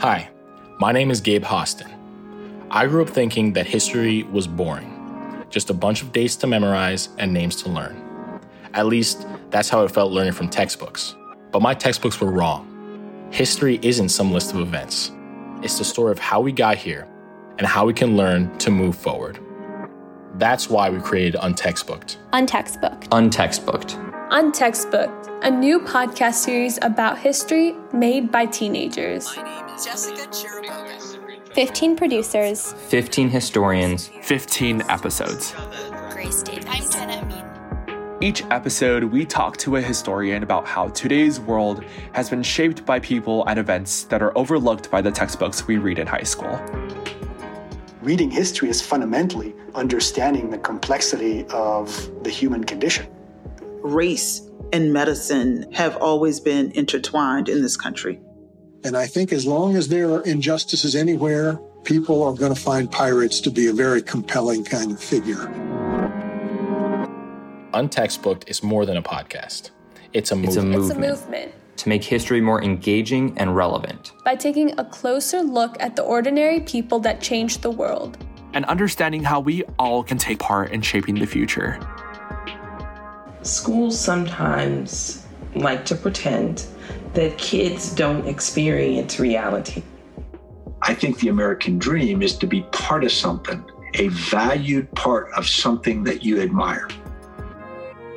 Hi, my name is Gabe Hostin. I grew up thinking that history was boring, just a bunch of dates to memorize and names to learn. At least, that's how it felt learning from textbooks. But my textbooks were wrong. History isn't some list of events, it's the story of how we got here and how we can learn to move forward. That's why we created Untextbooked. Untextbooked. Untextbooked. Untextbooked, a new podcast series about history made by teenagers. My name is Jessica Chiriboga. 15 producers. 15 historians. 15 episodes. Grace Davis. I'm Jenna Amin. Each episode, we talk to a historian about how today's world has been shaped by people and events that are overlooked by the textbooks we read in high school. Reading history is fundamentally understanding the complexity of the human condition. race and medicine have always been intertwined in this country. And I think as long as there are injustices anywhere, people are going to find pirates to be a very compelling kind of figure. Untextbooked is more than a podcast, it's a movement. It's It's a a movement movement. to make history more engaging and relevant. By taking a closer look at the ordinary people that changed the world. and understanding how we all can take part in shaping the future. Schools sometimes like to pretend that kids don't experience reality. I think the American dream is to be part of something, a valued part of something that you admire.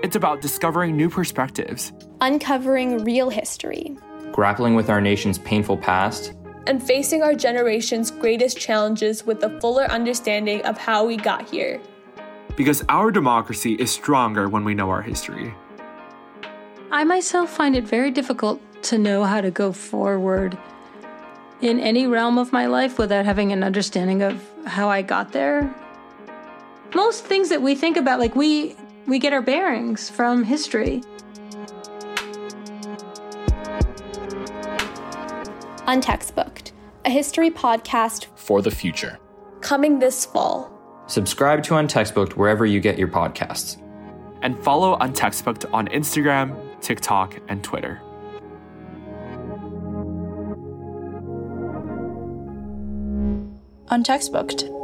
It's about discovering new perspectives. Uncovering real history. Grappling with our nation's painful past And facing our generation's greatest challenges with a fuller understanding of how we got here. Because our democracy is stronger when we know our history. I myself find it very difficult to know how to go forward in any realm of my life without having an understanding of how I got there. Most things that we think about like we we get our bearings from history. Untextbooked. A history podcast. for the future. Coming this fall. Subscribe to Untextbooked wherever you get your podcasts. And follow Untextbooked on Instagram, TikTok, and Twitter. Untextbooked.